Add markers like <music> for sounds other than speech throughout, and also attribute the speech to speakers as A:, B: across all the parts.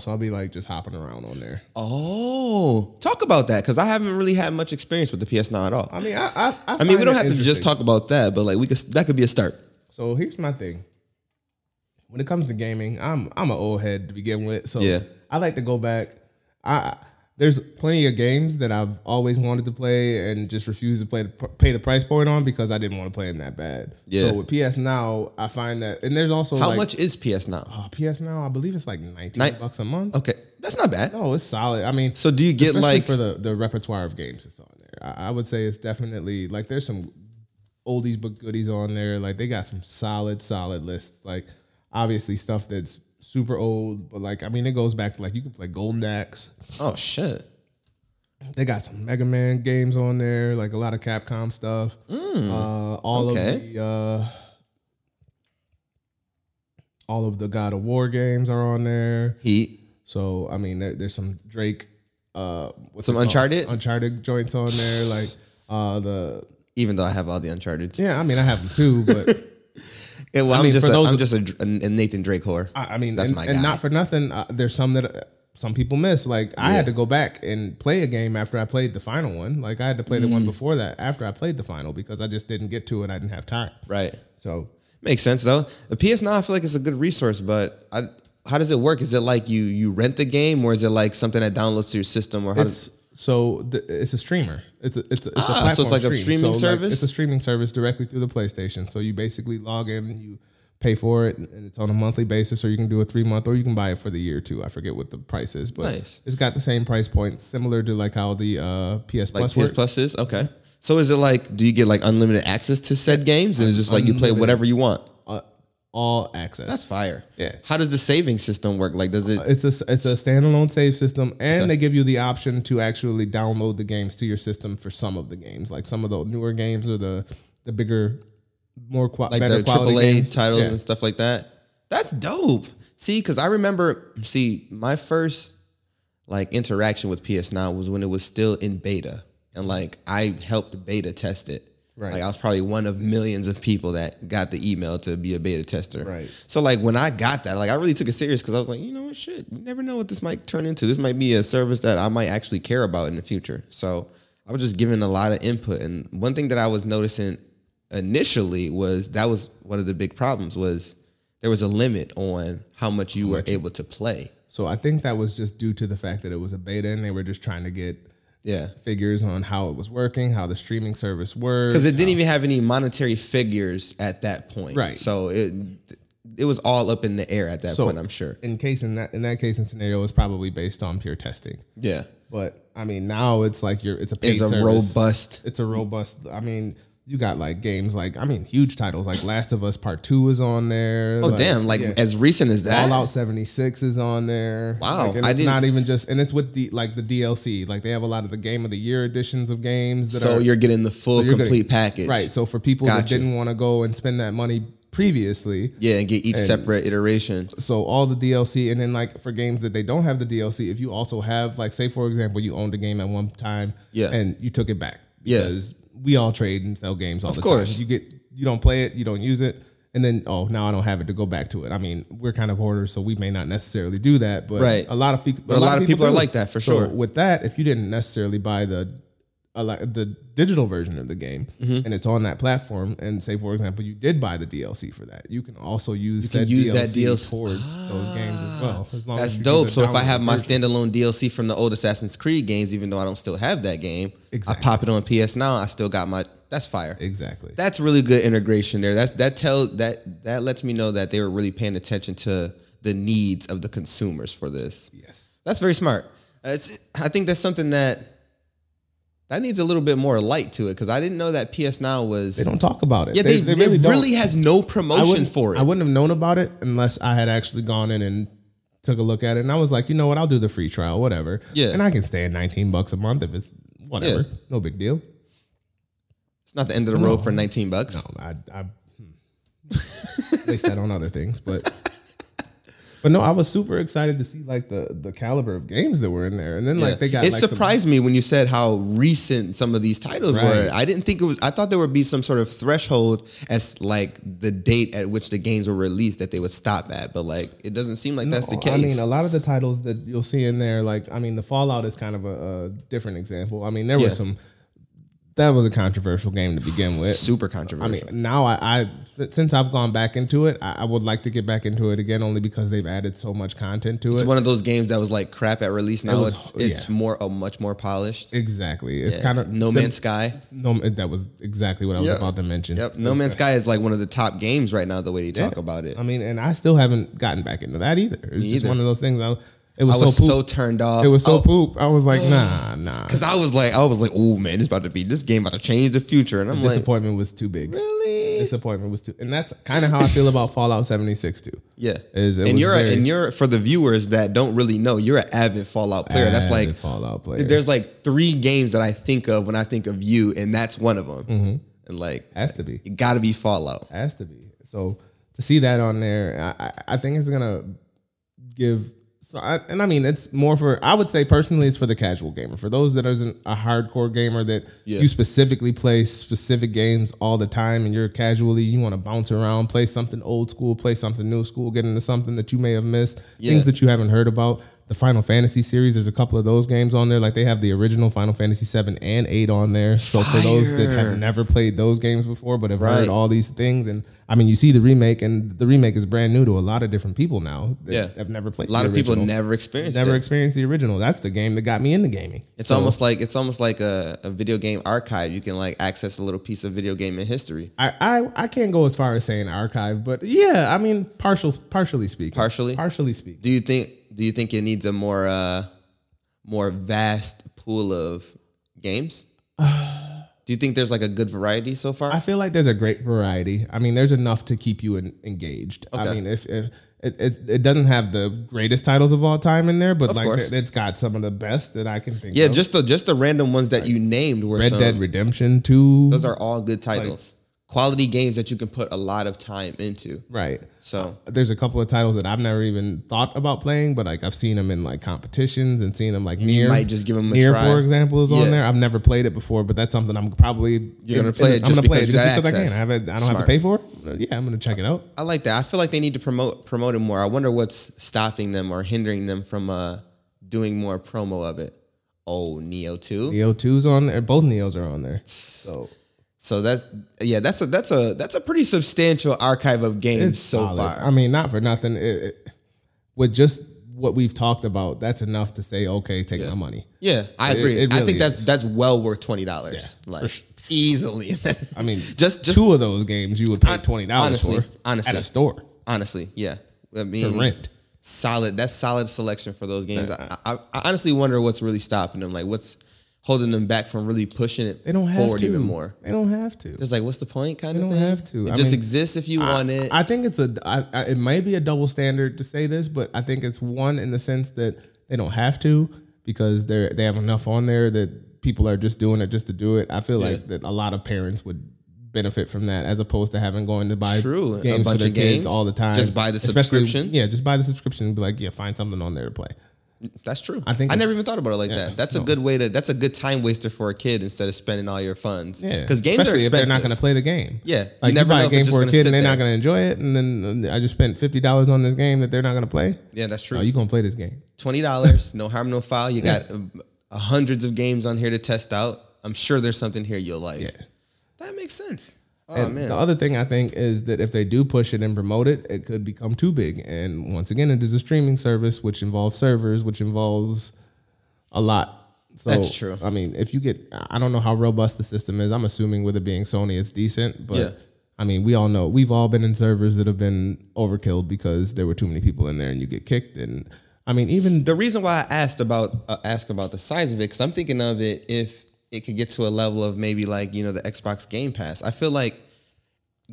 A: so I'll be like just hopping around on there.
B: Oh, talk about that because I haven't really had much experience with the PS9 at all.
A: I mean, I I, I,
B: I mean, we
A: find
B: don't
A: it
B: have to just
A: interesting.
B: talk about that, but like we could that could be a start.
A: So here's my thing. When it comes to gaming, I'm I'm an old head to begin with, so
B: Yeah.
A: I like to go back. I there's plenty of games that I've always wanted to play and just refused to play the, pay the price point on because I didn't want to play them that bad.
B: Yeah.
A: So with PS Now, I find that and there's also
B: How
A: like,
B: much is PS9?
A: oh, PS Now? I believe it's like 19
B: Nine-
A: bucks a month.
B: Okay, that's not bad.
A: No, it's solid. I mean,
B: So do you get
A: especially
B: like
A: for the, the repertoire of games that's on there. I, I would say it's definitely like there's some oldies but goodies on there. Like they got some solid, solid lists. Like obviously stuff that's super old, but like I mean it goes back to like you can play Golden Axe.
B: oh shit?
A: They got some Mega Man games on there, like a lot of Capcom stuff. uh, all
B: Mm, okay.
A: of the uh, all of the God of War games are on there.
B: Heat.
A: So I mean, there, there's some Drake, uh, what's
B: Some
A: it called?
B: Uncharted?
A: Uncharted joints on there. Like uh, the
B: Even though I have all the Uncharted,
A: yeah, I mean, I have them too, but
B: yeah, well, I am
A: mean,
B: just
A: for
B: a,
A: those-
B: I'm just a, a Nathan Drake whore.
A: I, I mean,
B: <laughs> That's
A: and,
B: my
A: and
B: guy.
A: not for nothing. Uh, there's some that uh, some people miss. Like I had to go back and play a game after I played the final one. Like I had to play
B: Mm.
A: the one before that after I played the final because I just didn't get to it. I didn't have time.
B: right.
A: So
B: Makes sense though. The PS9, I feel like it's a good resource, but I, how does it work? Is it like you you rent the game, or is it like something that downloads to your system, or how does?
A: it's so th- it's a streamer. It's a it's a, it's a
B: Ah,
A: platform
B: so it's like a
A: stream.
B: streaming
A: So, like,
B: service?
A: it's a streaming service directly through the PlayStation. So you basically log in, and you pay for it, and it's on a monthly basis, or you can do a three month, or you can buy it for the year too. I forget what the price is, but
B: Nice.
A: it's got the same price point, similar to like how the uh, PS
B: Like
A: Plus
B: PS
A: works.
B: Plus is okay. So is it like do you get like unlimited access to said games, and it's just like you play whatever you want?
A: Uh, all access.
B: That's fire.
A: Yeah.
B: How does the saving system work? Like, does it?
A: it's a it's a standalone save system, and they give you the option to actually download the games to your system for some of the games, like some of the newer games or the the bigger, more qua-
B: like
A: better
B: the
A: quality
B: AAA
A: games.
B: titles
A: Yeah.
B: and stuff like that. That's dope. See, because I remember, see, my first like interaction with PS9 was when it was still in beta, and like I helped beta test it.
A: Right.
B: Like I was probably one of millions of people that got the email to be a beta tester.
A: Right.
B: So like when I got that, like I really took it serious because I was like, you know what, shit, you never know what this might turn into. This might be a service that I might actually care about in the future. So I was just giving a lot of input, and one thing that I was noticing initially was that was one of the big problems was there was a limit on how much you were able to play.
A: So I think that was just due to the fact that it was a beta, and they were just trying to get
B: Yeah.
A: figures on how it was working, how the streaming service worked.
B: Because it didn't even have any monetary figures at that point.
A: Right.
B: So it it was all up in the air at that
A: So-
B: point, I'm sure.
A: in case in that in that case and scenario, it's probably based on pure testing.
B: Yeah.
A: But I mean, now it's like you're it's a paid
B: It's a
A: service.
B: robust
A: it's a robust. I mean, you got like games like I mean, huge titles like Last of Us Part Two is on there.
B: Oh damn! Like
A: yeah.
B: as recent as that.
A: All Out seventy six is on there.
B: Wow,
A: Like, and
B: I
A: it's
B: didn't-
A: not even just and it's with the like the DLC. Like they have a lot of the Game of the Year editions of games that
B: so
A: are
B: you're getting the full
A: you're gonna-
B: complete package,
A: right. So for people that
B: Gotcha.
A: didn't want to go and spend that money previously,
B: yeah, and get each separate iteration.
A: so all the DLC, and then like for games that they don't have the DLC, if you also have like say for example you owned a game at one time,
B: Yeah.
A: and you took it back,
B: Yeah.
A: because we all trade and sell games all the
B: course.
A: time. You get you don't play it, you don't use it, and then oh now I don't have it to go back to it. I mean we're kind of hoarders, so we may not necessarily do that, but
B: Right.
A: a lot of fe- but
B: a lot of people are
A: do.
B: like that, for
A: So
B: sure.
A: With that, if you didn't necessarily buy the a lot- the digital version of the game
B: Mm-hmm.
A: and it's on that platform and say for example you did buy the DLC for that you can also use
B: can
A: said
B: use that DLC.
A: towards those games as well as long
B: That's
A: as you
B: dope.
A: use
B: So
A: a
B: if I have my
A: downloaded version.
B: standalone DLC from the old Assassin's Creed games, even though I don't still have that game, I
A: Exactly.
B: pop it on PS now. I still got my. That's fire.
A: exactly
B: That's really good integration there. That's that tells that that lets me know that they were really paying attention to the needs of the consumers for this.
A: yes
B: That's very smart. Uh, It's, I think that's something that that needs a little bit more light to it because I didn't know that PS Now was.
A: they don't talk about it
B: yeah, they,
A: really
B: it
A: don't.
B: really has no
A: I
B: promotion
A: wouldn't-
B: for it.
A: I wouldn't have known about it unless I had actually gone in and took a look at it and I was like you know what I'll do the free trial whatever
B: Yeah.
A: and I can stay at 19 bucks a month if it's whatever
B: Yeah.
A: no big deal
B: it's not the end of the road for 19 bucks.
A: I, I hmm. waste that on other things but But no, I was super excited to see like the the caliber of games that were in there, and then like they got
B: it
A: like, some-
B: surprised me when you said how recent some of these titles
A: Right.
B: were. I didn't think it was. I thought there would be some sort of threshold as like the date at which the games were released that they would stop at, but like it doesn't seem like that's the
A: Oh, I
B: case.
A: mean, a lot of the titles that you'll see in there, like I mean, the Fallout is kind of a, a different example. I mean, there
B: Yeah.
A: was some that was a controversial game to begin with.
B: Super
A: I
B: controversial.
A: mean, now I, I since I've gone back into it, I, I would like to get back into it again, only because they've added so much content to it.
B: it's one of those games that was like crap at release. Now
A: was-
B: it's it's
A: yeah.
B: more uh, much more polished.
A: exactly, it's kind of
B: No Man's Sky.
A: No, that was exactly what I was
B: Yeah.
A: about to mention.
B: Yep, No Man's Sky is like one of the top games right now. The way they talk about it,
A: I mean, and I still haven't gotten back into that either. It's just
B: either.
A: one of those things. I, it was,
B: I was
A: so,
B: so
A: poop.
B: turned off.
A: it was so
B: Oh,
A: poop. I was
B: <sighs>
A: like, nah, nah.
B: Cause I was like, I was like, oh man, it's about to be this game about to change the future, and I'm like,
A: Disappointment was too big.
B: really?
A: disappointment was too, and that's kind of how I feel about Fallout 76 too.
B: Yeah,
A: Is- it
B: and
A: was
B: you're a-
A: very-
B: and you're for the viewers that don't really know, you're an avid Fallout player. that's
A: Avid
B: like
A: Fallout player.
B: there's like three games that I think of when I think of you, and that's one of them.
A: Mm-hmm.
B: And like,
A: has to be,
B: it got to be Fallout.
A: has to be. So to see that on there, I, I- I think it's gonna give. So I, and I mean, it's more for I would say personally, it's for the casual gamer. For those that isn't a hardcore gamer that
B: Yeah.
A: you specifically play specific games all the time, and you're casually you want to bounce around, play something old school, play something new school, get into something that you may have missed,
B: Yeah.
A: things that you haven't heard about. The Final Fantasy series, there's a couple of those games on there. Like they have the original Final Fantasy 7 and 8 on there. So for those that
B: Fire.
A: have never played those games before, but have
B: Right.
A: heard all these things, and I mean, you see the remake, and the remake is brand new to a lot of different people now. That
B: Yeah.
A: have never played.
B: A lot
A: the
B: of people
A: original.
B: never experienced
A: never
B: it.
A: experienced the original. That's the game that got me into gaming.
B: it's almost like it's almost like a, a video game archive. You can like access a little piece of video game in history.
A: I, I I can't go as far as saying archive, but yeah, I mean, partial, partially speaking,
B: Partially?
A: partially speaking.
B: Do you think? Do you think it needs a more uh, more vast pool of
A: <sighs>
B: games? Do you think there's like a good variety so far?
A: I feel like there's a great variety. I mean, there's enough to keep you en- engaged.
B: Okay.
A: I mean, if, if it, it, it doesn't have the greatest titles of all time in there, but like
B: course.
A: it's got some of the best that I can think
B: Yeah,
A: of.
B: just the just the random ones that you named were
A: Red
B: some,
A: Dead Redemption 2.
B: Those are all good titles, quality games that you can put a lot of time into.
A: right.
B: So
A: There's a couple of titles that I've never even thought about playing, but like I've seen them in like competitions and seen them like near.
B: might just give 'em a
A: near,
B: try.
A: for example, is
B: Yeah.
A: on there. I've never played it before, but that's something I'm probably
B: You're gonna play it
A: I'm
B: just
A: gonna play it
B: because
A: just
B: you got
A: because I can.
B: access.
A: I, have it, I don't have
B: Smart.
A: to pay for it. Yeah, I'm gonna check it out.
B: I like that. I feel like they need to promote promote it more. I wonder what's stopping them or hindering them from uh, doing more promo of it. Oh, Neo Two.
A: Neo 2's on there. Both Neos are on there. So
B: So that's yeah, that's a that's a that's a pretty substantial archive of games so
A: solid.
B: far.
A: I mean, not for nothing. It, it- with just what we've talked about, that's enough to say, okay, take my money.
B: yeah, I
A: It-
B: agree.
A: it
B: I
A: really
B: think that's
A: is.
B: that's well worth twenty dollars,
A: Yeah, for
B: like
A: sure.
B: easily. <laughs>
A: I mean,
B: Just- just-
A: two of those games you would pay twenty dollars
B: honestly,
A: for
B: honestly.
A: at a store
B: Honestly, yeah. I
A: for
B: mean,
A: rent.
B: solid. That's solid selection for those games. I, I, I honestly wonder what's really stopping them. Like, what's holding them back from really pushing it
A: They don't have
B: forward
A: to
B: even more?
A: They don't have to.
B: It's like, what's the point? Kind of
A: don't
B: thing.
A: have to.
B: It
A: I
B: just
A: mean,
B: exists if you want it.
A: I think it's a. I, I, it may be a double standard to say this, but I think it's one in the sense that they don't have to because they're they have enough on there that people are just doing it just to do it. I feel like that a lot of parents would benefit from that as opposed to having going to buy
B: True, a
A: games
B: bunch
A: for their
B: of
A: kids
B: games.
A: all the time.
B: Just buy the
A: Especially-
B: subscription.
A: Yeah, just buy the subscription and be like, yeah, find something on there to play.
B: that's true. I
A: I
B: think
A: think
B: I
A: it's-
B: never even thought about it like that. That's a good way to. That's a good time waster for a kid instead of spending all your funds.
A: Yeah,
B: because games are
A: especially
B: expensive.
A: if they're not going to play the game.
B: Yeah, you
A: like you,
B: never know
A: buy
B: if
A: a
B: it's
A: game
B: just
A: for a
B: gonna
A: kid
B: sit
A: and they're
B: there.
A: not going to enjoy it, and then uh, I just spent fifty dollars on this game that they're not going to play.
B: yeah, that's true.
A: No, Oh, you gonna play this game?
B: Twenty dollars, no harm, no foul. You got uh, hundreds of games on here to test out. I'm sure there's something here you'll like.
A: Yeah.
B: That makes sense. Oh
A: And
B: man,
A: Uh, the other thing I think is that if they do push it and promote it, it could become too big. And once again, it is a streaming service, which involves servers, which involves a lot. So,
B: That's true.
A: I mean, if you get, I don't know how robust the system is. I'm assuming with it being Sony, it's decent. But
B: Yeah.
A: I mean, we all know we've all been in servers that have been overkilled because there were too many people in there, and you get kicked. And I mean, even
B: the reason why I asked about uh, ask about the size of it because I'm thinking of it if it could get to a level of maybe like you know the Xbox Game Pass. I feel like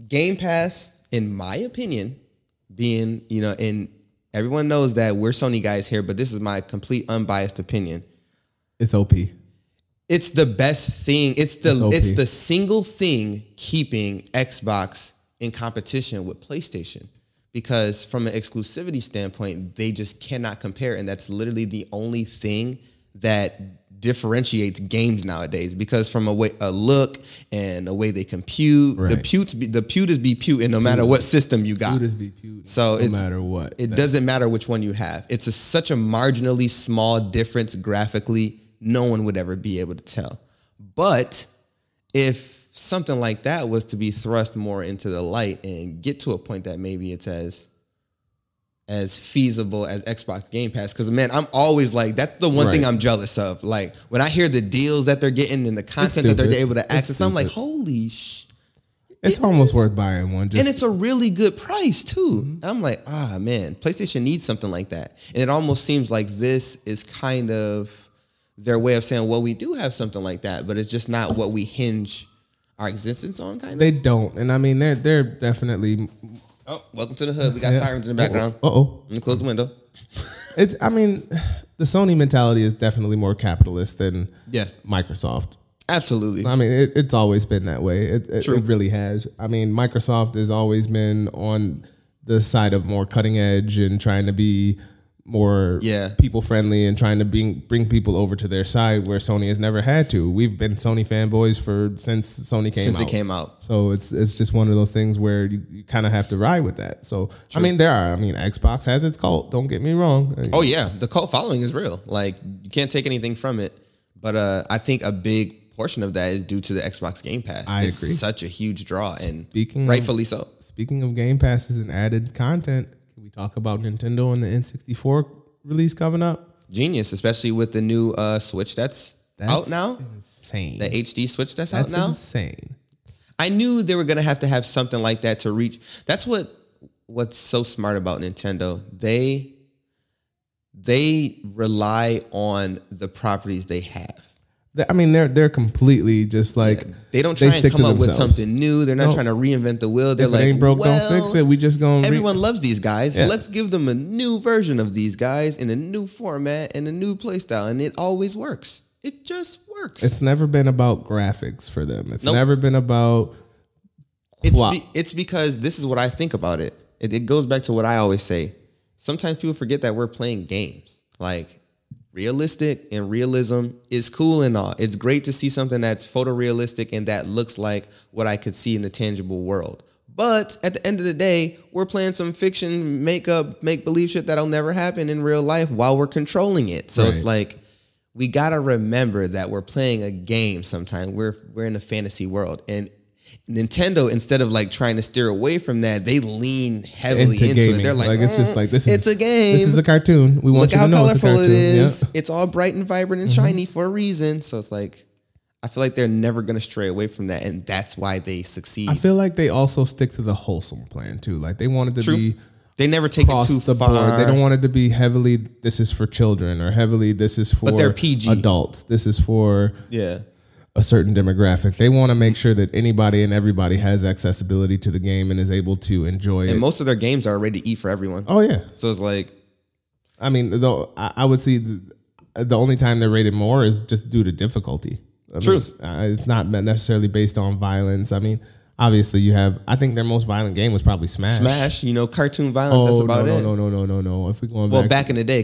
B: Game Pass, in my opinion, being you know, and everyone knows that we're Sony guys here, but this is my complete unbiased opinion.
A: it's OP.
B: It's the best thing. It's the
A: It's OP.
B: it's the single thing keeping Xbox in competition with PlayStation. because from an exclusivity standpoint, they just cannot compare, and that's literally the only thing that differentiates games nowadays. Because from a way a look and a way they compute, the
A: Right.
B: pewts be, the pewt is be pewt, and no matter what system you got,
A: Pewters be pewters,
B: So
A: no
B: it's-
A: matter what.
B: it doesn't matter which one you have. It's a, such a marginally small difference graphically, no one would ever be able to tell. But if something like that was to be thrust more into the light and get to a point that maybe it's as as feasible as Xbox Game Pass because man I'm always like that's the one thing
A: Right.
B: I'm jealous of like when I hear the deals that they're getting and the content that they're
A: stupid.
B: able to
A: It's
B: access I'm like
A: stupid.
B: holy sh
A: it's almost worth buying one. Just
B: and it's a really good price too.
A: Mm-hmm.
B: And I'm like, ah, man, PlayStation needs something like that. And it almost seems like this is kind of their way of saying, well, we do have something like that, but it's just not what we hinge our existence on, kind of.
A: they don't, and I mean they're they're definitely
B: Oh, welcome to the hood. We got sirens in the background.
A: Uh oh,
B: Let me close the window.
A: it's I mean the Sony mentality is definitely more capitalist than
B: Yeah.
A: Microsoft.
B: Absolutely.
A: I mean, it, it's always been that way. It, it,
B: True.
A: it really has. I mean, Microsoft has always been on the side of more cutting edge and trying to be more
B: Yeah.
A: people friendly and trying to bring bring people over to their side where Sony has never had to. We've been Sony fanboys for since Sony came
B: Since
A: out.
B: it came out.
A: So it's it's just one of those things where you, you kind of have to ride with that. So I mean, there are. I mean, Xbox has its cult. Don't get me wrong. Uh,
B: Oh yeah, the cult following is real. Like you can't take anything from it. But uh, I think a big portion of that is due to the Xbox Game Pass.
A: I
B: it's
A: agree.
B: such a huge draw and
A: Speaking of-
B: rightfully so.
A: Speaking of Game Passes and added content, can we talk about Nintendo and the N64 release coming up?
B: genius, especially with the new uh, Switch that's, out now.
A: Insane.
B: The HD Switch that's,
A: That's
B: out now.
A: insane.
B: I knew they were gonna have to have something like that to reach. That's what what's so smart about Nintendo. They they rely on the properties they have.
A: Th- I mean, they're they're completely just like
B: They don't try and
A: stick to
B: come up with
A: themselves.
B: something new. They're not
A: No.
B: trying to reinvent the wheel. They're
A: If
B: like,
A: it ain't broke,
B: well,
A: don't fix it. We just gonna re-
B: Everyone loves these guys.
A: Yeah.
B: Let's give them a new version of these guys in a new format and a new playstyle, and it always works. It just works.
A: It's never been about graphics for them. It's
B: Nope.
A: never been about
B: It's
A: Wow.
B: be, it's because this is what I think about it. it. It goes back to what I always say. Sometimes people forget that we're playing games. Like realistic and realism is cool and all. It's great to see something that's photorealistic and that looks like what I could see in the tangible world. But at the end of the day, we're playing some fiction, make up, make believe shit that'll never happen in real life while we're controlling it. So it's
A: Right.
B: like we gotta remember that we're playing a game sometimes. We're we're in a fantasy world. And Nintendo, instead of like trying to steer away from that, they lean heavily into,
A: into gaming.
B: it. They're like, "Mm,
A: it's just like this is
B: it's a game.
A: This is a cartoon. We want
B: Look
A: you
B: how
A: to know
B: colorful
A: it's a
B: it
A: cartoon. Yeah. Mm-hmm.
B: is. It's all bright and vibrant and shiny for a reason. So it's like I feel like they're never gonna stray away from that, and that's why they succeed.
A: I feel like they also stick to the wholesome plan too. Like they wanted to
B: True.
A: be
B: they never take it
A: across
B: too
A: the
B: far.
A: board. They don't want it to be heavily this is for children or heavily this is for
B: they're PG.
A: adults. This is for
B: yeah.
A: a certain demographic. They want to make sure that anybody and everybody has accessibility to the game and is able to enjoy it.
B: And most of their games are ready to eat for everyone.
A: oh yeah.
B: So it's like
A: I mean, though I, I would see the, the only time they're rated more is just due to difficulty. I mean,
B: True.
A: uh, it's not necessarily based on violence. I mean, obviously you have. I think their most violent game was probably Smash.
B: Smash, you know, cartoon violence. that's
A: Oh
B: about
A: no,
B: it.
A: no, no, no, no, no, no. If we going
B: Well,
A: back,
B: back in the day,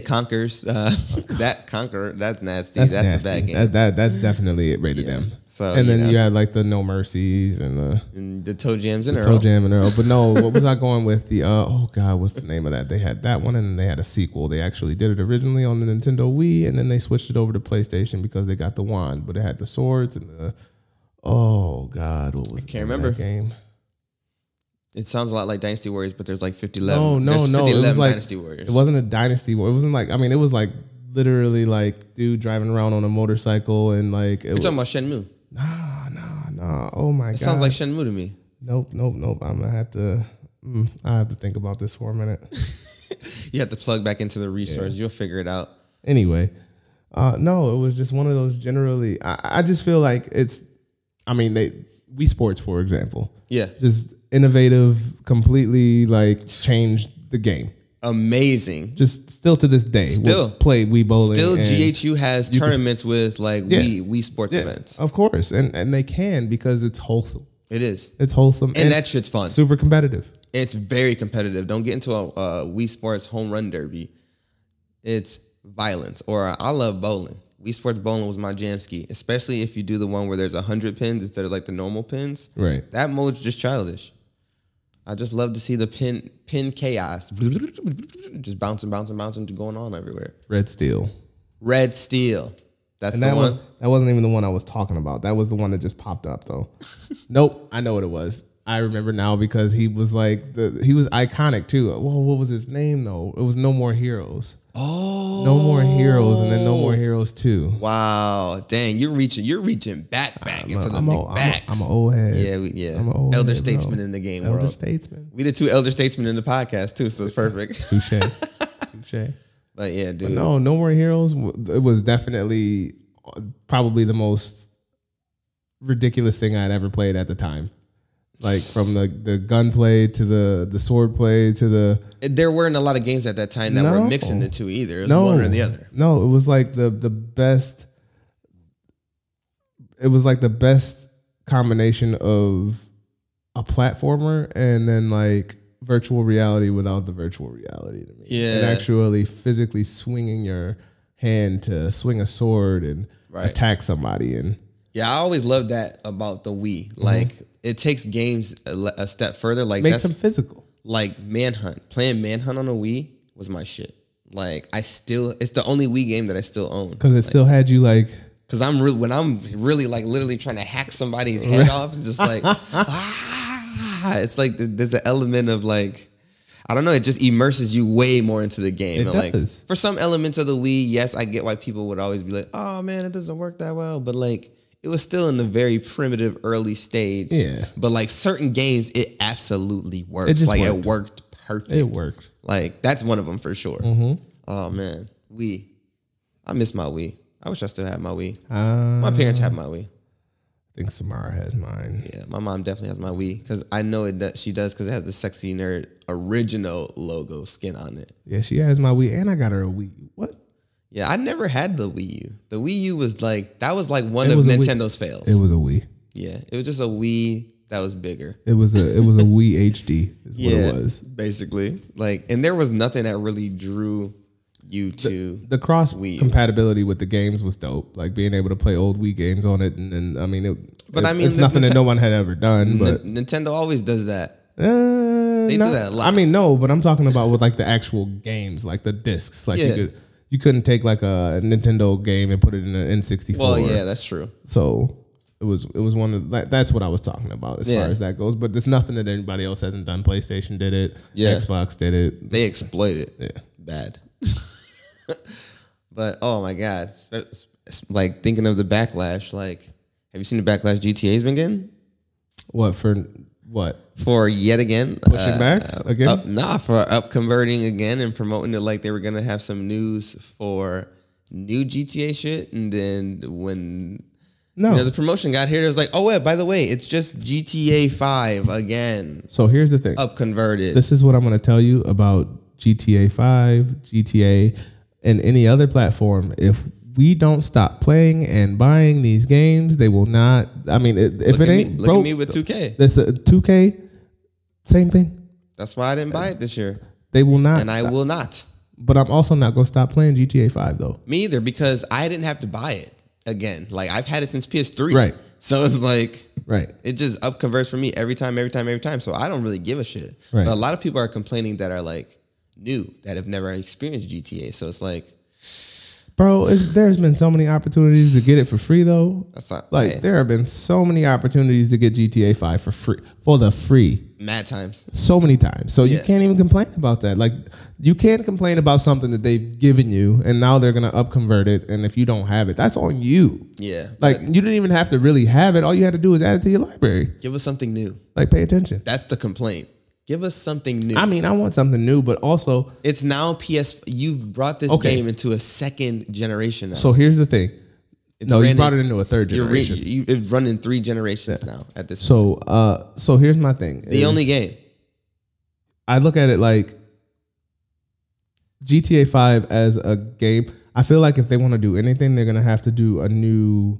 A: <laughs>
B: Conquerors, uh, <laughs> that Conquer, that's nasty. That's,
A: that's,
B: a bad
A: nasty.
B: game. Oh,
A: That, that that's definitely it rated them.
B: So,
A: and
B: you
A: then
B: know.
A: you had like the No Mercies and the
B: and the Toe Jams and
A: Pearl
B: Earl.
A: Jam and Earl. But no, what was I going with? The uh, oh god, what's the name of that? They had that one, and then they had a sequel. They actually did it originally on the Nintendo Wii, and then they switched it over to PlayStation because they got the wand, but it had the swords and the oh god, what was I
B: can't remember.
A: game?
B: It sounds a lot like Dynasty Warriors, but there's like 50
A: No, no,
B: there's
A: no.
B: 50
A: It was like
B: Dynasty Warriors.
A: it wasn't a dynasty war. It wasn't like I mean, it was like literally like dude driving around on a motorcycle and like it
B: You're
A: was,
B: talking about Shenmue.
A: nah, nah, nah. Oh my
B: It
A: god,
B: sounds like Shenmue to me.
A: nope, nope, nope. I'm gonna have to. Mm, I have to think about this for a minute. <laughs>
B: You have to plug back into the resource. You'll figure it out.
A: anyway uh no it was just one of those generally i, I just feel like it's i mean they we sports for example
B: Yeah.
A: just innovative completely like changed the game
B: Amazing.
A: just still to this day
B: Still.
A: play we bowling
B: Still,
A: and-
B: GHU has tournaments with like
A: Yeah.
B: Wii, Wii sports
A: Yeah,
B: events.
A: of course and and they can because it's wholesome
B: It is.
A: it's wholesome
B: And that shit's fun.
A: super competitive
B: It's very competitive. Don't get into a, a Wii Sports home run derby. It's violence. Or I love bowling. Wii Sports bowling was my jam ski, especially if you do the one where there's hundred pins instead of like the normal pins.
A: Right.
B: That mode's just childish. I just love to see the pin pin chaos, <laughs> just bouncing, bouncing, bouncing, going on everywhere.
A: Red Steel.
B: Red Steel. That's
A: And
B: the
A: that
B: one.
A: one that wasn't even the one I was talking about. That was the one that just popped up though. <laughs> nope, I know what it was. I remember now because he was like the he was iconic too. Well, what was his name though? It was No More Heroes.
B: Oh
A: No More Heroes and then No More Heroes 2.
B: Wow, dang, you're reaching, you're reaching back, back into the
A: I'm
B: big
A: a, I'm, a,
B: backs.
A: I'm an old head.
B: yeah, we, yeah.
A: I'm a old
B: elder
A: head, bro.
B: statesman in the game
A: Elder
B: world.
A: statesman.
B: we did two elder statesmen in the podcast too, so it's
A: <laughs>
B: perfect. <laughs>
A: Touche. Touche.
B: but yeah, dude,
A: No, No More Heroes. w- It was definitely uh, probably the most ridiculous thing I'd ever played at the time. Like from the the gunplay to the the sword play to the
B: there weren't a lot of games at that time that
A: No.
B: were mixing the two either. It was
A: no
B: one or the other.
A: No, it was like the the best. It was like the best combination of a platformer and then like virtual reality without the virtual reality to me. and
B: Yeah.
A: actually physically swinging your hand to swing a sword and
B: Right.
A: attack somebody and
B: Yeah, I always loved that about the Wii.
A: Mm-hmm.
B: Like it takes games a, le- a step further. Like
A: make
B: that's
A: them physical.
B: like Manhunt. Playing Manhunt on a Wii was my shit. Like I still, it's the only Wii game that I still own.
A: Because it still had you like
B: Cause I'm real when I'm really like literally trying to hack somebody's head off, and
A: <laughs>
B: just like ah, it's like th- there's an element of like I don't know, it just immerses you way more into the game.
A: It
B: And, like
A: does.
B: for some elements of the Wii, yes, I get why people would always be like, oh man, it doesn't work that well, but like it was still in the very primitive early stage.
A: Yeah.
B: But like certain games, it absolutely works.
A: just
B: like
A: worked.
B: it worked perfect.
A: it Mm-hmm. worked.
B: Like that's one of them for sure. Oh man, Wii. I miss my Wii. I wish I still had my Wii.
A: Uh, I
B: My parents have my Wii.
A: think Samara has mine.
B: Yeah, my mom definitely has my Wii because I know it. Does, she does because it has the sexy nerd original logo skin on it.
A: Yeah, she has my Wii, and I got her a Wii. What?
B: Yeah, I never had the Wii U. The Wii U was like that was like one
A: It
B: of
A: was a Wii-
B: Nintendo's fails.
A: It was a Wii.
B: yeah, it was just a Wii that was bigger.
A: It was a it was a Wii HD is what
B: Yeah,
A: it was.
B: basically. Like, and there was nothing that really drew you to.
A: The cross
B: Wii.
A: compatibility with the games was dope. Like being able to play old Wii games on it, and, and I mean, it,
B: But
A: it-
B: I mean,
A: it's
B: this
A: nothing that
B: Nite-
A: no one had ever done. But
B: N- Nintendo always does that.
A: uh,
B: Mm-hmm. do
A: no.
B: that a lot.
A: I mean, no, but I'm talking about with like the actual games, like the discs. Like you
B: Yeah.
A: could you couldn't take like a Nintendo game and put it in an N64.
B: Well, yeah, that's true.
A: So it was it was one of that, that's what I was talking about as
B: Yeah.
A: far as that goes. But there's nothing that anybody else hasn't done. PlayStation did it.
B: Yeah.
A: Xbox did it.
B: They exploit it. Bad. <laughs> but oh my god, Spe- sp- like thinking of the backlash. Like, have you seen the backlash GTA's been getting
A: What for? What?
B: for yet again? uh,
A: Pushing back again?
B: Up, nah, for up converting again and promoting it like they were gonna have some news for new GTA shit, and then when.
A: No.
B: You know, the promotion got here. It was like, oh yeah, by the way, it's just GTA Five again,
A: So here's the thing.
B: up converted.
A: This is what I'm going to tell you about GTA 5, GTA, and any other platform. If we don't stop playing and buying these games, they will not. I mean, it, if it
B: look at
A: ain't
B: me, look
A: broke,
B: at me with 2K.
A: this uh, 2K, same thing.
B: That's why I didn't buy it this year,
A: They will not.
B: and I will not.
A: but I'm also not going to stop playing GTA 5 though.
B: Me either, because I didn't have to buy it again. Like I've had it since PS3.
A: Right.
B: So it's like
A: Right.
B: it just up converts for me every time, every time, every time. So I don't really give a shit.
A: Right.
B: But a lot of people are complaining that are like new that have never experienced GTA. So it's like
A: Bro, it's, there's been so many opportunities to get it for free though.
B: that's not
A: Like
B: hey,
A: there have been so many opportunities to get GTA 5 for free for the free.
B: mad times.
A: so many times. So you
B: Yeah.
A: can't even complain about that. Like you can't complain about something that they've given you and now they're gonna upconvert it. And if you don't have it, that's on you.
B: Yeah.
A: Like
B: but
A: you didn't even have to really have it. All you had to do was add it to your library.
B: give us something new.
A: Like pay attention.
B: That's the complaint. Give us something new.
A: I mean, I want something new, but also
B: it's now PS. You've brought this
A: Okay.
B: game into a second generation now.
A: so here's the thing. no, you
B: brand
A: brought
B: new.
A: it into a third
B: You're re-
A: generation.
B: you, it's running three generations now at this. point.
A: so uh so here's my thing.
B: The
A: is
B: only game.
A: I look at it like GTA 5 as a game. I feel like if they want to do anything, they're going to have to do a new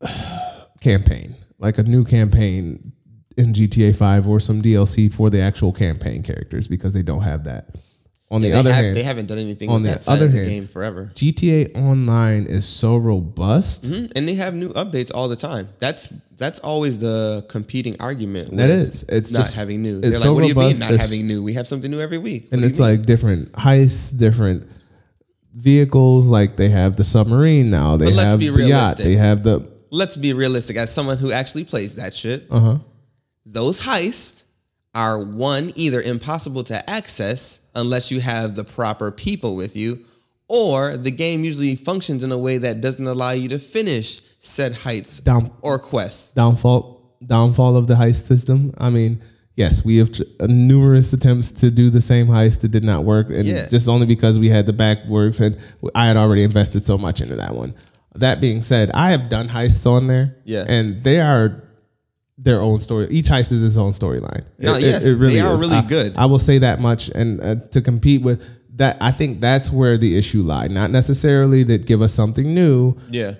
A: <sighs> campaign, like a new campaign in GTA Five or some DLC for the actual campaign characters because they don't have that. On the
B: they,
A: other
B: have,
A: hand,
B: they haven't done anything
A: on
B: on
A: the
B: that side
A: other
B: of the
A: hand-
B: game forever.
A: GTA Online is so robust.
B: Mhm. And they have new updates all the time. That's that's always the competing argument.
A: That
B: with
A: is. It's
B: not
A: just-
B: having new.
A: it's
B: They're like,
A: so
B: what do you mean
A: robust,
B: not
A: it's-
B: having new? We have something new every week.
A: and
B: What do you
A: it's
B: mean?
A: like different heists, different vehicles. Like they have the submarine now. They
B: But let's
A: have
B: be
A: the yacht.
B: realistic.
A: They have the
B: let's be realistic. As someone who actually plays that shit,
A: uh huh.
B: those heists are one either impossible to access unless you have the proper people with you, or the game usually functions in a way that doesn't allow you to finish said heights
A: Down
B: or quests.
A: downfall downfall of the heist system. I mean, yes, we have tr- uh, numerous attempts to do the same heist that did not work, and
B: Yeah.
A: just only because we had the backworks and I had already invested so much into that one. That being said, I have done heists on there,
B: Yeah.
A: and they are their own story. Each heist is its own storyline.
B: No, yes, they are really
A: I-
B: good.
A: I will say that much, and uh, to compete with. That I think that's where the issue lie. Not necessarily that give us something new,
B: Yeah.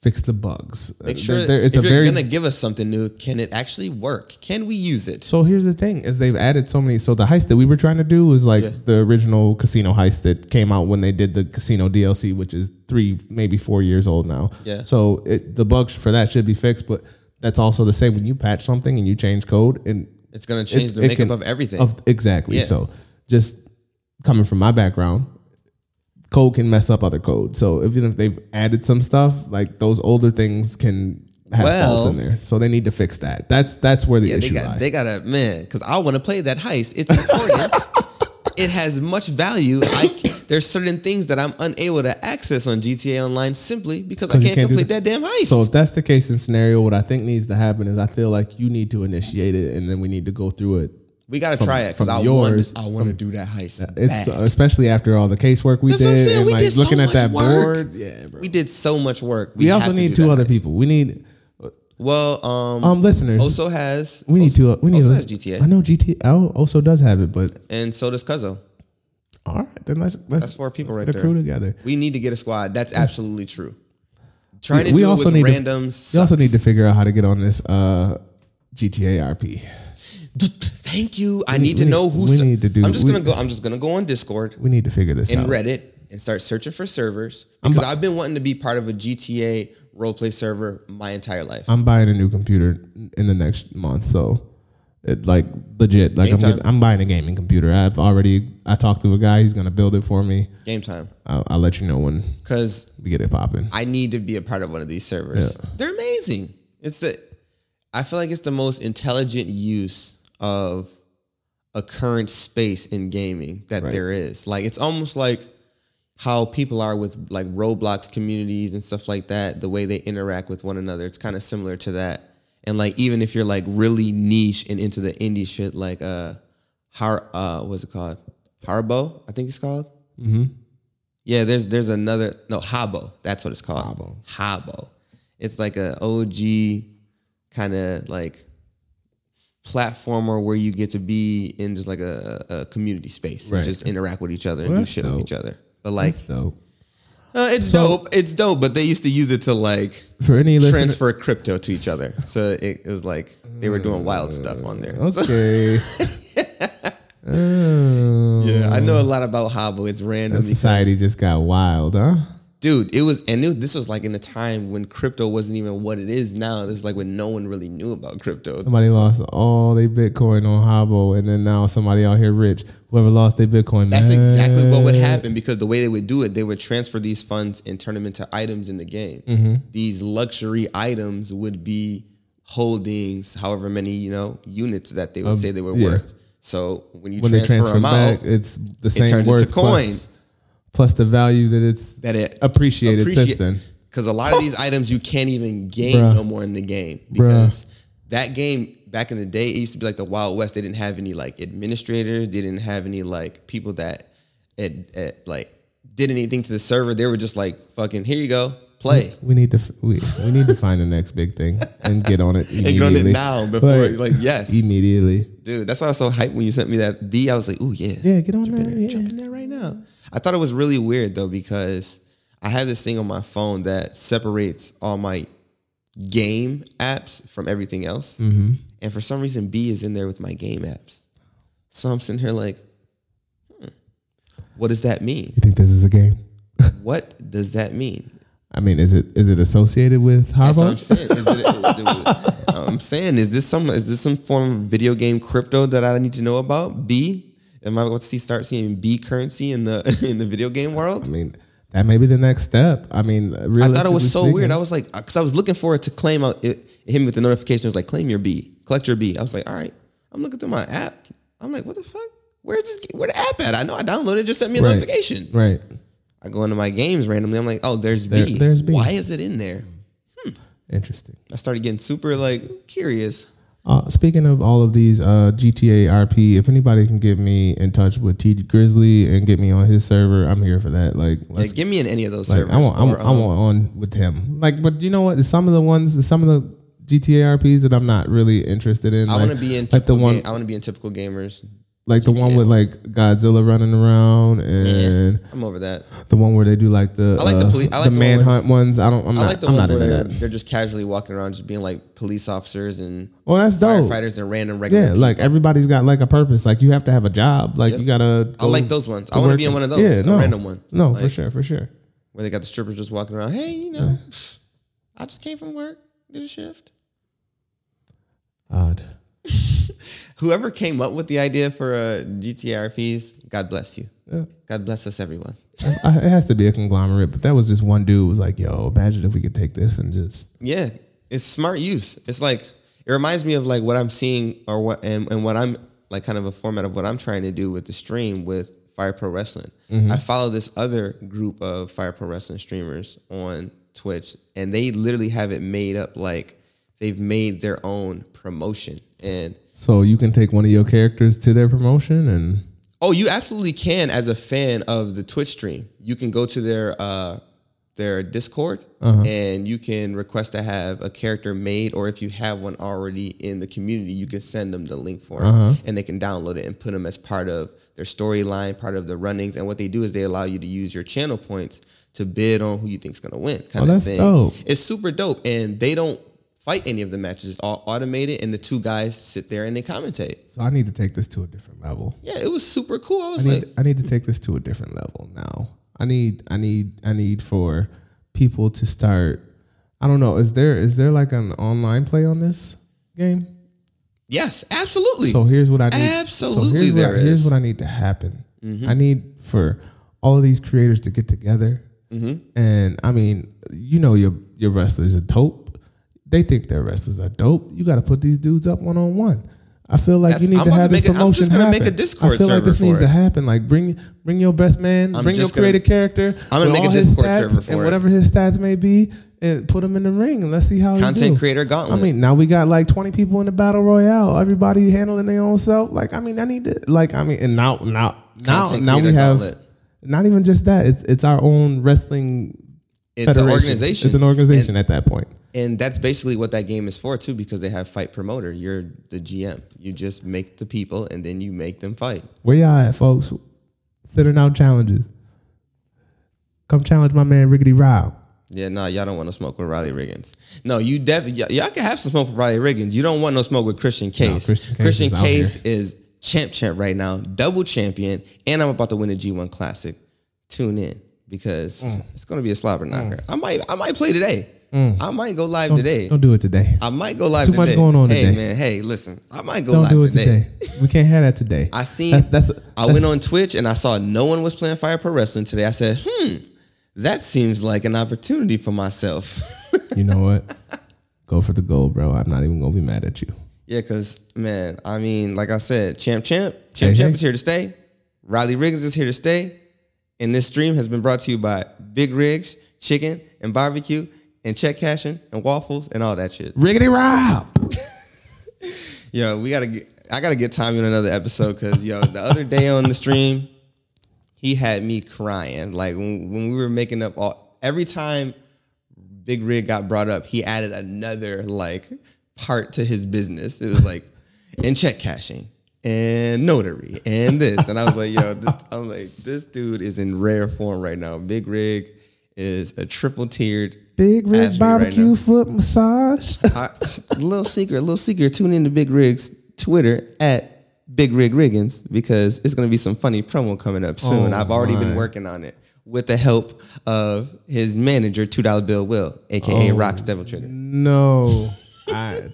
A: fix the bugs.
B: Make sure
A: There- there- it's a
B: if you're
A: very
B: gonna give us something new, can it actually work? Can we use it?
A: So here's the thing: is they've added so many. So the heist that we were trying to do was like the original casino heist that came out when they did the casino DLC, which is three, maybe four years old now.
B: Yeah.
A: So it, the bugs for that should be fixed, but that's also the same when you patch something and you change code and
B: It's gonna change
A: it's-
B: the
A: it
B: makeup
A: can-
B: of everything.
A: Of exactly.
B: Yeah.
A: So just coming from my background, code can mess up other code. So if, even if they've added some stuff, like those older things can have faults
B: Well-
A: in there. So they need to fix that. That's that's where the
B: Yeah, they
A: issue
B: got
A: lies.
B: they got to man because I want to play that heist.
A: <laughs>
B: It's important. it has much value. I c- there's certain things that I'm unable to access on GTA Online simply because I
A: you
B: can't,
A: can't do
B: complete
A: that.
B: that. damn heist.
A: So if that's the case in scenario, what I think needs to happen is I feel like you need to initiate it, and then we need to go through it.
B: we got to try it because
A: from
B: I
A: yours,
B: want I want to do that heist.
A: It's uh,
B: bad.
A: especially after all the casework we
B: That's
A: did,
B: what I'm saying.
A: and
B: We
A: like
B: did so
A: looking at
B: much
A: that
B: work.
A: board. Yeah, bro.
B: we did so much work.
A: We,
B: have
A: also
B: to
A: need
B: do
A: two
B: that
A: other
B: heist.
A: people. We need
B: Well, um,
A: um listeners.
B: also has
A: we need
B: also-
A: two. We need.
B: also
A: a-
B: has
A: I
B: GTA
A: know GTA oh, also does have it, but
B: and so does Cuzzo.
A: all right, then let's let's
B: That's four people
A: let's
B: right
A: get a
B: there.
A: crew together.
B: We need to get a squad. That's absolutely true. Trying to
A: we
B: do
A: also
B: it
A: need
B: with
A: to-
B: randoms.
A: You also
B: sucks.
A: need to figure out how to get on this uh GTA RP.
B: Thank you. I need to
A: we
B: know
A: need-
B: who's.
A: we need to do-
B: I'm just
A: we-
B: gonna go. I'm just gonna go on Discord
A: We need to figure this
B: and
A: out.
B: Reddit and start searching for servers because I've been wanting to be part of a GTA roleplay server my entire life.
A: I'm buying a new computer in the next month, so it like legit. Like
B: Game
A: I'm,
B: time.
A: getting- I'm buying a gaming computer. I've already I talked to a guy. He's gonna build it for me.
B: Game time
A: I'll, I'll let you know when
B: because
A: we get it popping.
B: I need to be a part of one of these servers. They're amazing. It's the. I feel like it's the most intelligent use of a current space in gaming that there is. Like it's almost like how people are with like Roblox communities and stuff like that, the way they interact with one another. It's kind of similar to that. And like even if you're like really niche and into the indie shit, like uh Har uh what's it called? Harbo, I think it's called. Mm-hmm. Yeah, there's there's another no Habo. That's what it's called.
A: Habo.
B: Habo. It's like a OG kind of like platformer where you get to be in just like a, a community space
A: Right.
B: and just interact with each other and
A: Well,
B: do
A: that's
B: shit with
A: dope.
B: each other. But like,
A: So
B: uh, it's dope. It's dope. But they used to use it to like
A: for any listeners,
B: transfer crypto to each other. So it, it was like they were doing wild stuff on there.
A: okay.
B: <laughs>
A: Oh,
B: Yeah, I know a lot about Habo. It's random. because-
A: society just got wild, huh?
B: <laughs> dude. It was, and it, this was like in a time when crypto wasn't even what it is now. This is like when no one really knew about crypto.
A: Somebody lost all their Bitcoin on Hobo, and then now somebody out here rich. Whoever lost their Bitcoin,
B: That's exactly what would
A: mad.
B: happen because the way they would do it, they would transfer these funds and turn them into items in the game.
A: Mm-hmm.
B: These luxury items would be holdings, however many you know units that they would say they were
A: Um, yeah.
B: worth. So when you
A: when they
B: transfer,
A: transfer
B: them out,
A: back, it's the same
B: turns
A: worth
B: into
A: plus- plus the value that it's
B: that it
A: appreciated since then.
B: Because a lot of these items you can't even gain
A: Bruh.
B: no more in the game because that game back in the day it used to be like the Wild West. They didn't have any like administrators. They didn't have any like people that it, it like did anything to the server. They were just like fucking here you go play.
A: We need to f- we, we need to find the next big thing and get on it
B: And get on
A: immediately.
B: it now before like, yes,
A: immediately.
B: dude. That's why I was so hyped when you sent me that B. I was like, oh yeah,
A: Yeah, get on that. yeah.
B: jump in there right now. I thought it was really weird though because I have this thing on my phone
A: Mm-hmm.
B: that separates all my game apps from everything else, And for some reason, B is in there with my game apps. So I'm sitting here like, hmm, what does that mean?
A: You think this is a game?
B: What does that mean?
A: I mean, is it is it associated with
B: That's what I'm
A: Harbaugh?
B: saying. Is it, I'm saying, is this some is this some form of video game crypto that I need to know about? B, am I about to see, start seeing B currency in the <laughs> in the video game world?
A: I mean, that may be the next step. I mean,
B: I thought it was so weird. I was like, because I was looking forward to claim out it, him with the notification. It was like, claim your B, collect your B. I was like, all right. I'm looking through my app. I'm like, what the fuck? Where's this? Where the app at? I know I downloaded. It just sent me a
A: Right.
B: notification.
A: right.
B: I go into my games randomly. I'm like, oh, there's
A: There-
B: B.
A: there's B.
B: Why is it in there?
A: Interesting.
B: I started getting super like curious.
A: Uh, speaking of all of these uh, GTA RP, if anybody can get me in touch with T Grizzly and get me on his server, I'm here for that. Like,
B: Like,
A: let's
B: give me in any of those
A: Like,
B: servers.
A: I want, I
B: or,
A: want, I
B: um,
A: want on with him. Like, but you know what? Some of the ones, some of the GTA RPs that I'm not really interested in.
B: I
A: like,
B: want to be in
A: like the
B: typical.
A: one,
B: ga- I want to be in typical gamers.
A: like the one with like Godzilla running around and
B: I'm over that.
A: the one where they do like the
B: I like the
A: uh,
B: police- I like the one-
A: manhunt ones. I don't. I'm
B: I
A: not.
B: like the
A: I'm
B: ones
A: not
B: where
A: into
B: they're,
A: that.
B: they're just casually walking around, just being like police officers and
A: Well, that's dope.
B: firefighters and random regular.
A: Yeah, like everybody's got like a purpose. Like you have to have a job. Like you gotta.
B: I like those ones. I want to be in one of those.
A: Yeah, no,
B: a random one
A: No, for sure, for sure.
B: where they got the strippers just walking around. Hey, you know, I just came from work, did a shift.
A: Odd.
B: Whoever came up with the idea for uh, GTRPs, God bless you.
A: Yeah.
B: God bless us, everyone.
A: I- it has to be a conglomerate, but that was just one dude was like, "Yo, imagine if we could take this and just."
B: Yeah, it's smart use. It's like it reminds me of like what I'm seeing or what and, and what I'm like kind of a format of what I'm trying to do with the stream with Fire Pro Wrestling. I follow this other group of Fire Pro Wrestling streamers on Twitch, and they literally have it made up like they've made their own promotion. And
A: So you can take one of your characters to their promotion and
B: oh, you absolutely can as a fan of the Twitch stream. You can go to their uh their Discord
A: Uh-huh.
B: and you can request to have a character made, or if you have one already in the community, you can send them the link for it
A: Uh-huh.
B: and they can download it and put them as part of their storyline, part of the runnings. And what they do is they allow you to use your channel points to bid on who you think's gonna win, kind of
A: Oh, that's
B: thing.
A: dope.
B: It's super dope, and they don't fight any of the matches. It's all automated, and the two guys sit there and they commentate.
A: so I need to take this to a different level.
B: Yeah, it was super cool. I
A: I
B: was like,
A: need, I need to take this to a different level now. I need I need I need for people to start I don't know, is there is there like an online play on this game?
B: Yes, absolutely.
A: So here's what I need.
B: Absolutely
A: so here's
B: there
A: what, I- Here's
B: is. Mm-hmm.
A: what I need to happen. I need for all of these creators to get together.
B: Mm-hmm.
A: And I mean, you know, your your wrestlers are dope. They think their wrestlers are dope. You got to put these dudes up one on one. I feel like
B: That's-
A: you need
B: I'm
A: to
B: about
A: have
B: to
A: this
B: make a- I'm
A: promotion
B: just gonna make a
A: happen. I
B: Discord
A: feel like this
B: server
A: needs
B: for
A: to
B: it.
A: happen. Like bring bring your best man,
B: I'm
A: bring your
B: just gonna-
A: creative character.
B: I'm gonna
A: with
B: make a
A: all his
B: Discord
A: stats
B: server for
A: and
B: it.
A: whatever his stats may be, and put him in the ring and let's see how he
B: Content
A: do.
B: creator gauntlet.
A: I mean, now we got like 20 people in the battle royale. Everybody handling their own self. Like, I mean, I need to like, I mean, and now, now, now,
B: Content
A: now we
B: creator
A: have
B: gauntlet.
A: not even just that. It's it's our own wrestling.
B: it's
A: federation.
B: an organization.
A: It's an organization at that point.
B: And, and that's basically what that game is for too, because they have fight promoter. You're the GM. You just make the people and then you make them fight.
A: Where y'all at, folks? Sending out challenges. Come challenge my man Riggedy Rob.
B: Yeah, no, y'all don't want to smoke with Riley Riggins. No, you definitely y- y'all can have some smoke with Riley Riggins. You don't want no smoke with Christian Case.
A: Christian Case is out
B: Case
A: here.
B: is champ champ right now, double champion, and I'm about to win the G1 Classic. Tune in because
A: Mm.
B: it's gonna be a slobber knocker. I might I might play today. I might go live today.
A: Don't do it today.
B: I might go live
A: Too
B: today.
A: much going on
B: hey,
A: today.
B: man. Hey, listen. I might go
A: Don't
B: live
A: do it
B: today.
A: today. we can't have that today.
B: <laughs> I seen.
A: That's that's.
B: I went on Twitch and I saw no one was playing Fire Pro Wrestling today. I said, hmm, that seems like an opportunity for myself. <laughs>
A: You know what? Go for the gold, bro. I'm not even gonna be mad at you.
B: yeah, because man, I mean, like I said, champ, champ, champ,
A: Hey,
B: champ
A: hey.
B: is here to stay. Riley Riggs is here to stay. And this stream has been brought to you by Big Rigs, Chicken, and Barbecue, and Check Cashing, and Waffles, and all that shit.
A: Riggedy Rob.
B: Yo, we gotta get. I gotta get Tommy on another episode because yo, the other day on the stream, he had me crying. Like when, when we were making up all every time Big Rig got brought up, he added another like part to his business. It was like and check cashing and notary and this, and I was like, yo, this, I'm like this dude is in rare form right now. Big Rig is a triple tiered
C: Big Rig
B: Ask me right
C: barbecue
B: now.
C: foot massage.
B: I, <laughs> little secret, little secret. Tune in to Big Rig's Twitter at Big Rig Riggins because it's going to be some funny promo coming up soon.
A: Oh,
B: I've already
A: my.
B: been working on it with the help of his manager, Two Dollar Bill Will, aka
A: Oh.
B: Rocks Devil Trigger.
A: No, I,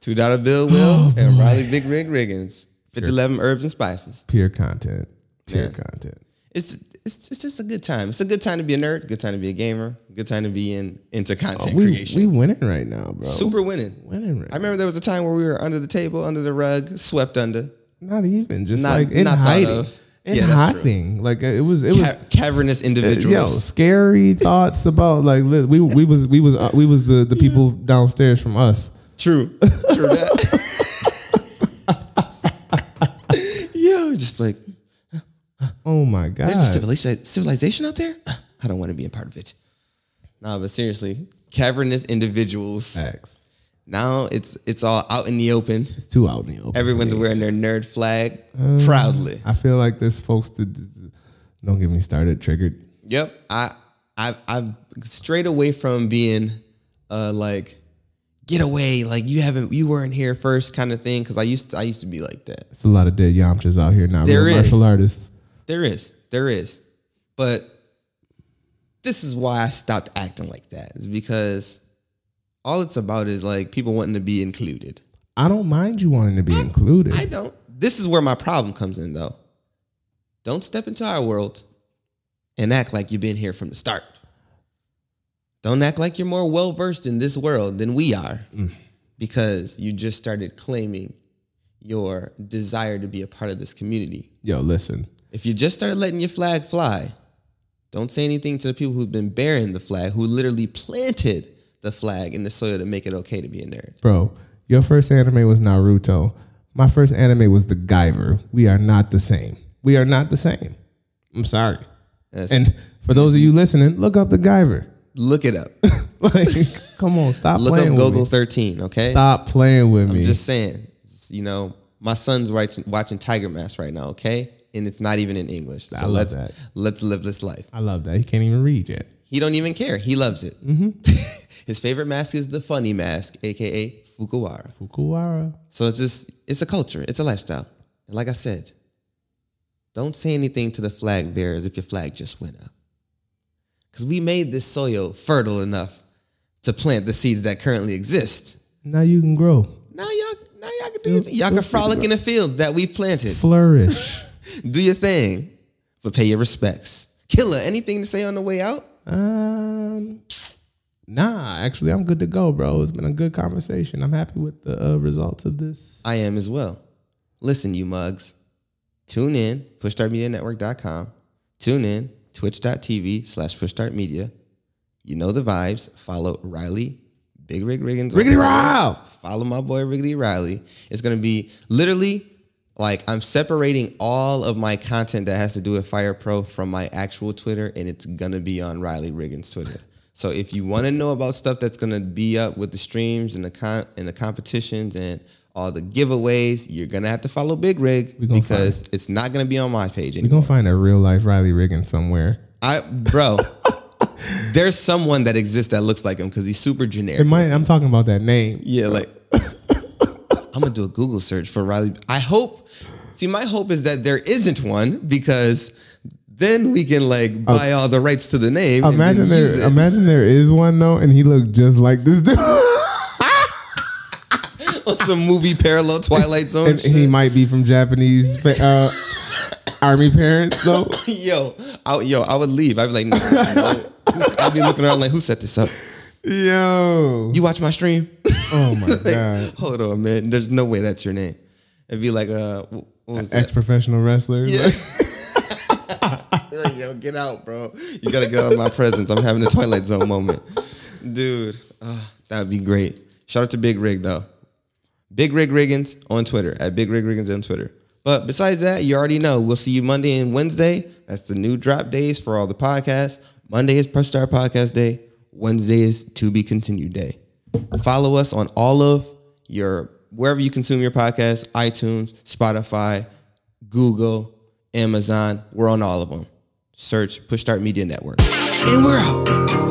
B: Two Dollar Bill
A: <gasps> Oh,
B: Will and Riley Big Rig Riggins. Fifth Eleven Herbs and Spices.
A: pure content, pure
B: Yeah.
A: content.
B: It's it's just, it's just a good time. It's a good time to be a nerd. Good time to be a gamer. Good time to be in into content
A: Oh, We,
B: creation.
A: we winning right now, bro.
B: Super winning.
A: winning right.
B: I remember there was a time where we were under the table, under the rug, swept under.
A: Not even just
B: Not-
A: like in
B: not thought
A: hiding,
B: of.
A: in
B: Yeah, that's true.
A: hiding. Like it was, it was uh,
B: Ca- cavernous
A: Yo,
B: individuals.
A: scary thoughts about like li- we we was we was uh, we was the the people downstairs from us.
B: True. True that. <laughs> Yo, just like
A: Oh my god!
B: there's a civilization, civilization out there. I don't want to be a part of it. Nah, but seriously, cavernous individuals.
A: Facts.
B: Now it's it's all out in the open.
A: It's too out in the open.
B: Everyone's wearing their nerd flag proudly.
A: I feel like there's folks that don't get me started. Triggered.
B: Yep. I I I've strayed away from being uh like get away like you haven't you weren't here first kind of thing cuz I used to, I used to be like that.
A: It's a lot of dead yamchas out here, not
B: There
A: real
B: is.
A: martial artists.
B: There is. There is. But this is why I stopped acting like that. Is because all it's about is like people wanting to be included.
A: I don't mind you wanting to be included.
B: I don't. This is where my problem comes in though. Don't step into our world and act like you've been here from the start. Don't act like you're more well versed in this world than we are because you just started claiming your desire to be a part of this community.
A: Yo, listen.
B: If you just started letting your flag fly, don't say anything to the people who've been bearing the flag, who literally planted the flag in the soil to make it okay to be a nerd.
A: Bro, your first anime was Naruto. My first anime was The Guyver. We are not the same. We are not the same. I'm sorry.
B: That's-
A: and for those of you listening, look up The Guyver. <laughs>
B: Look it up.
A: like, come on, stop
B: Look
A: playing
B: up
A: with
B: Google
A: me.
B: 13, okay?
A: Stop playing with me.
B: Just saying. You know, my son's watching, watching Tiger Mask right now, okay? And it's not even in English. So
A: I love
B: let's
A: that.
B: let's live this life.
A: I love that. He can't even read yet.
B: He don't even care. He loves it.
A: Mm-hmm.
B: <laughs> His favorite mask is the funny mask, aka Fukuwara.
A: Fukuwara.
B: So it's just it's a culture, it's a lifestyle. And like I said, don't say anything to the flag bearers if your flag just went up. Cause we made this soil fertile enough to plant the seeds that currently exist.
A: Now you can grow.
B: Now y'all now y'all can do your thing. Y'all can frolic in the field that we
A: <laughs>
B: planted.
A: Flourish.
B: Do your thing. But pay your respects. Killer, anything to say on the way out?
A: um, nah, actually, I'm good to go, bro. It's been a good conversation. I'm happy with the uh, results of this.
B: I am as well. Listen, you mugs. Tune in, pushstartmedianetwork.com. Tune in, twitch.tv slash pushstartmedia. You know the vibes. Follow Riley, Big Rig Riggins. on
A: Riggedy
B: Twitter.
A: Row!
B: Follow my boy Riggedy Riley. It's going to be literally like I'm separating all of my content that has to do with Fire Pro from my actual Twitter, and it's going to be on Riley Riggins' Twitter. So if you want to know about stuff that's going to be up with the streams and the con- and the competitions and all the giveaways, you're going to have to follow Big Rig
A: gonna
B: because it's not going to be on my page
A: You're
B: anymore.
A: going to find a real life Riley Riggins somewhere.
B: I bro, there's someone that exists that looks like him because he's super generic.
A: It might, I'm talking about that name.
B: Yeah, like <coughs> I'm gonna do a Google search for Riley. I hope. See, my hope is that there isn't one because then we can like buy all the rights to the name. and then
A: Uh, Imagine
B: use it.
A: there, imagine there is one though, and he looked just like this dude.
B: Oh, on some
A: <laughs>
B: movie parallel Twilight Zone.
A: and he might be from Japanese fa- uh, army parents
B: <laughs>
A: though.
B: shit. yo, I, yo, I would leave. I'd be like, no, no, no. Who's- I'd be looking around like, who set this up?
A: Yo,
B: You watch my stream? <coughs>
A: oh my
B: <laughs>
A: god,
B: Hold on, man. There's no way that's your name. It'd be like, uh, wh- what was that?
A: ex professional wrestler.
B: Yeah. Be like, yo, get out, bro. You gotta get out of my presence. I'm having a Twilight Zone moment. Dude, uh, that would be great. Shout out to Big Rig though. Big Rig Riggins on Twitter at Big Rig Riggins on Twitter. But besides that, you already know. We'll see you Monday and Wednesday. That's the new drop days for all the podcasts. Monday is Press Start Podcast Day. Wednesday is To Be Continued Day. Follow us on all of your wherever you consume your podcast, iTunes, Spotify, Google, Amazon. We're on all of them. Search Push Start Media Network. And we're out.